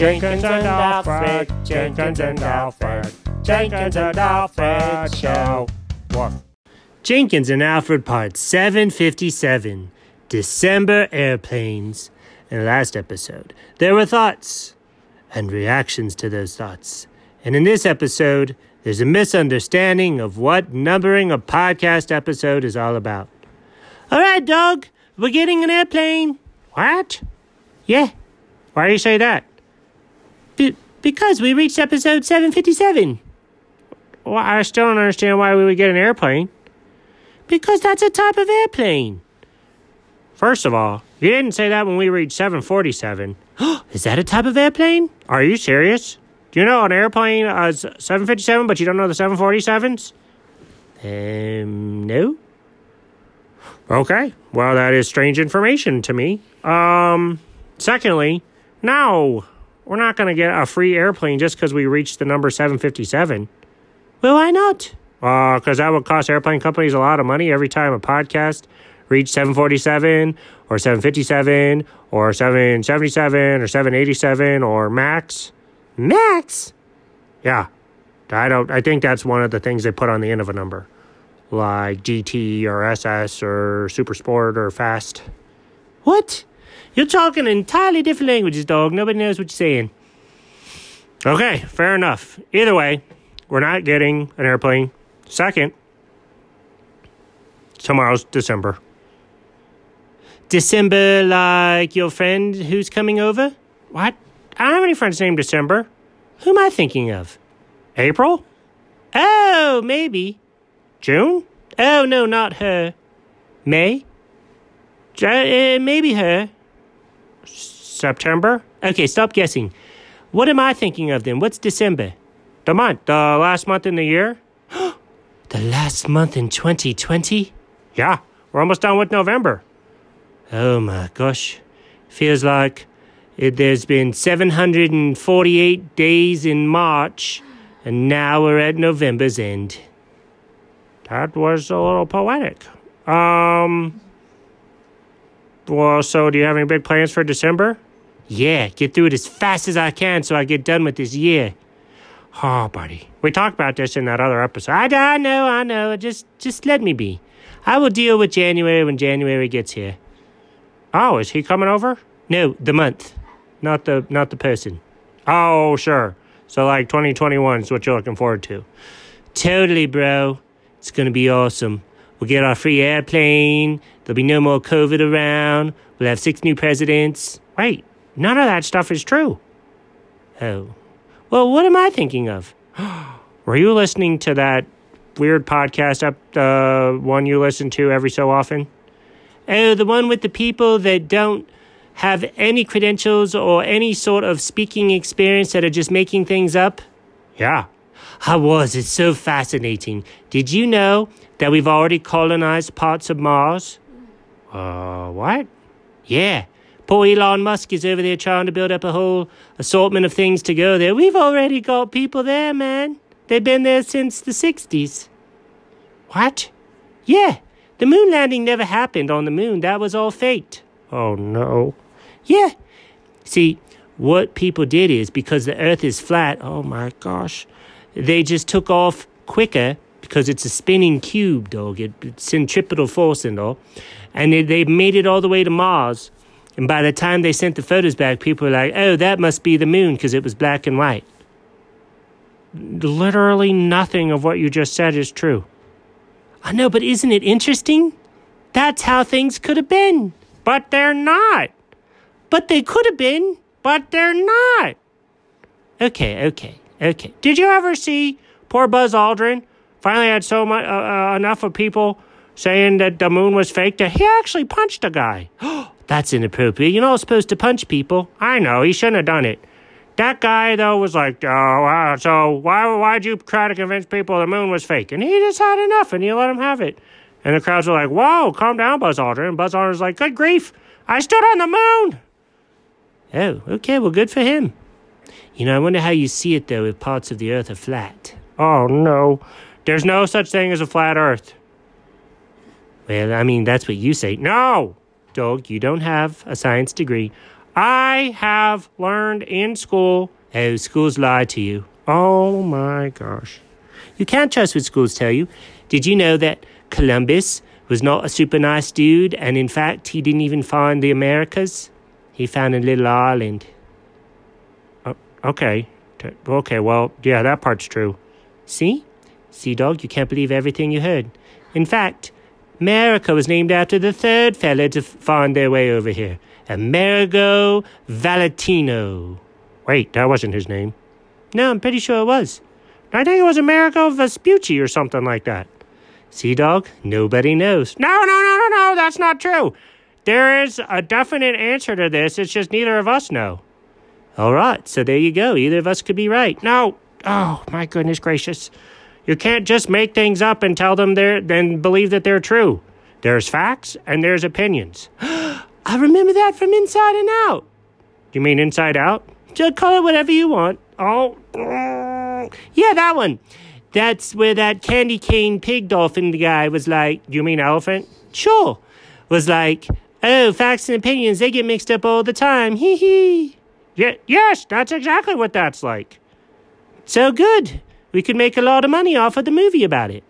Jenkins and Alfred, Jenkins and Alfred, Jenkins and Alfred Show. What? Jenkins and Alfred Part 757 December Airplanes. In the last episode, there were thoughts and reactions to those thoughts. And in this episode, there's a misunderstanding of what numbering a podcast episode is all about. All right, dog, we're getting an airplane. What? Yeah. Why do you say that? Be- because we reached episode 757. Well, I still don't understand why we would get an airplane. Because that's a type of airplane. First of all, you didn't say that when we reached 747. is that a type of airplane? Are you serious? Do you know an airplane is 757, but you don't know the 747s? Um, no. Okay. Well, that is strange information to me. Um, secondly, no, we're not going to get a free airplane just because we reached the number 757. Well, why not? Because that would cost airplane companies a lot of money every time a podcast reached 747 or 757 or 777 or 787 or max. Max? Yeah. I don't. I think that's one of the things they put on the end of a number, like GT or SS or Super Sport or Fast. What? You're talking entirely different languages, dog. Nobody knows what you're saying. Okay, fair enough. Either way, we're not getting an airplane. Second, tomorrow's December. December, like your friend who's coming over? What? I don't have any friends named December. Who am I thinking of? April? Oh, maybe. June? Oh, no, not her. May? J- uh, maybe her. September? Okay, stop guessing. What am I thinking of then? What's December? The month, the last month in the year? the last month in 2020? Yeah, we're almost done with November. Oh my gosh. Feels like it, there's been 748 days in March, and now we're at November's end. That was a little poetic. Um. Well, so do you have any big plans for December? Yeah, get through it as fast as I can so I get done with this year. Oh, buddy. We talked about this in that other episode. I, I know, I know. Just just let me be. I will deal with January when January gets here. Oh, is he coming over? No, the month. Not the not the person. Oh, sure. So like 2021 is what you're looking forward to. Totally, bro. It's going to be awesome. We'll get our free airplane. There'll be no more COVID around. We'll have six new presidents. Wait, none of that stuff is true. Oh. Well, what am I thinking of? Were you listening to that weird podcast up the one you listen to every so often? Oh, the one with the people that don't have any credentials or any sort of speaking experience that are just making things up? Yeah. I was. It's so fascinating. Did you know that we've already colonized parts of Mars? Uh, what? Yeah. Poor Elon Musk is over there trying to build up a whole assortment of things to go there. We've already got people there, man. They've been there since the 60s. What? Yeah. The moon landing never happened on the moon. That was all faked. Oh, no. Yeah. See, what people did is because the earth is flat, oh my gosh, they just took off quicker because it's a spinning cube, dog. It, it's centripetal force and all. And they, they made it all the way to Mars. And by the time they sent the photos back, people were like, oh, that must be the moon because it was black and white. Literally nothing of what you just said is true. I know, but isn't it interesting? That's how things could have been. But they're not. But they could have been. But they're not. Okay, okay, okay. Did you ever see poor Buzz Aldrin? Finally, had so much uh, uh, enough of people saying that the moon was fake that he actually punched a guy. That's inappropriate. You're not supposed to punch people. I know he shouldn't have done it. That guy though was like, "Oh, wow, so why why'd you try to convince people the moon was fake?" And he just had enough, and you let him have it. And the crowds were like, "Whoa, calm down, Buzz Aldrin." And Buzz Aldrin's like, "Good grief, I stood on the moon." Oh, okay, well, good for him. You know, I wonder how you see it though if parts of the Earth are flat. Oh no, there's no such thing as a flat Earth. Well, I mean, that's what you say. No, dog, you don't have a science degree. I have learned in school how schools lie to you. Oh my gosh. You can't trust what schools tell you. Did you know that Columbus was not a super nice dude, and in fact, he didn't even find the Americas? He found a little island. Oh, okay. T- Okay, well, yeah, that part's true. See? Sea Dog, you can't believe everything you heard. In fact, America was named after the third fella to find their way over here Amerigo Valentino. Wait, that wasn't his name. No, I'm pretty sure it was. I think it was Amerigo Vespucci or something like that. Sea Dog, nobody knows. No, no, no, no, no, that's not true. There is a definite answer to this. It's just neither of us know. All right, so there you go. Either of us could be right. No. Oh, my goodness gracious. You can't just make things up and tell them they're, then believe that they're true. There's facts and there's opinions. I remember that from Inside and Out. You mean Inside Out? Just call it whatever you want. Oh, mm, yeah, that one. That's where that candy cane pig dolphin guy was like, You mean elephant? Sure. Was like, Oh, facts and opinions, they get mixed up all the time. Hee hee. Yeah, yes, that's exactly what that's like. So good. We could make a lot of money off of the movie about it.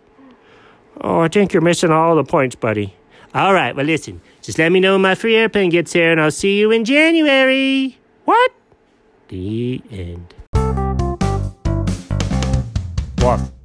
Oh, I think you're missing all the points, buddy. All right, well, listen. Just let me know when my free airplane gets here, and I'll see you in January. What? The end. What?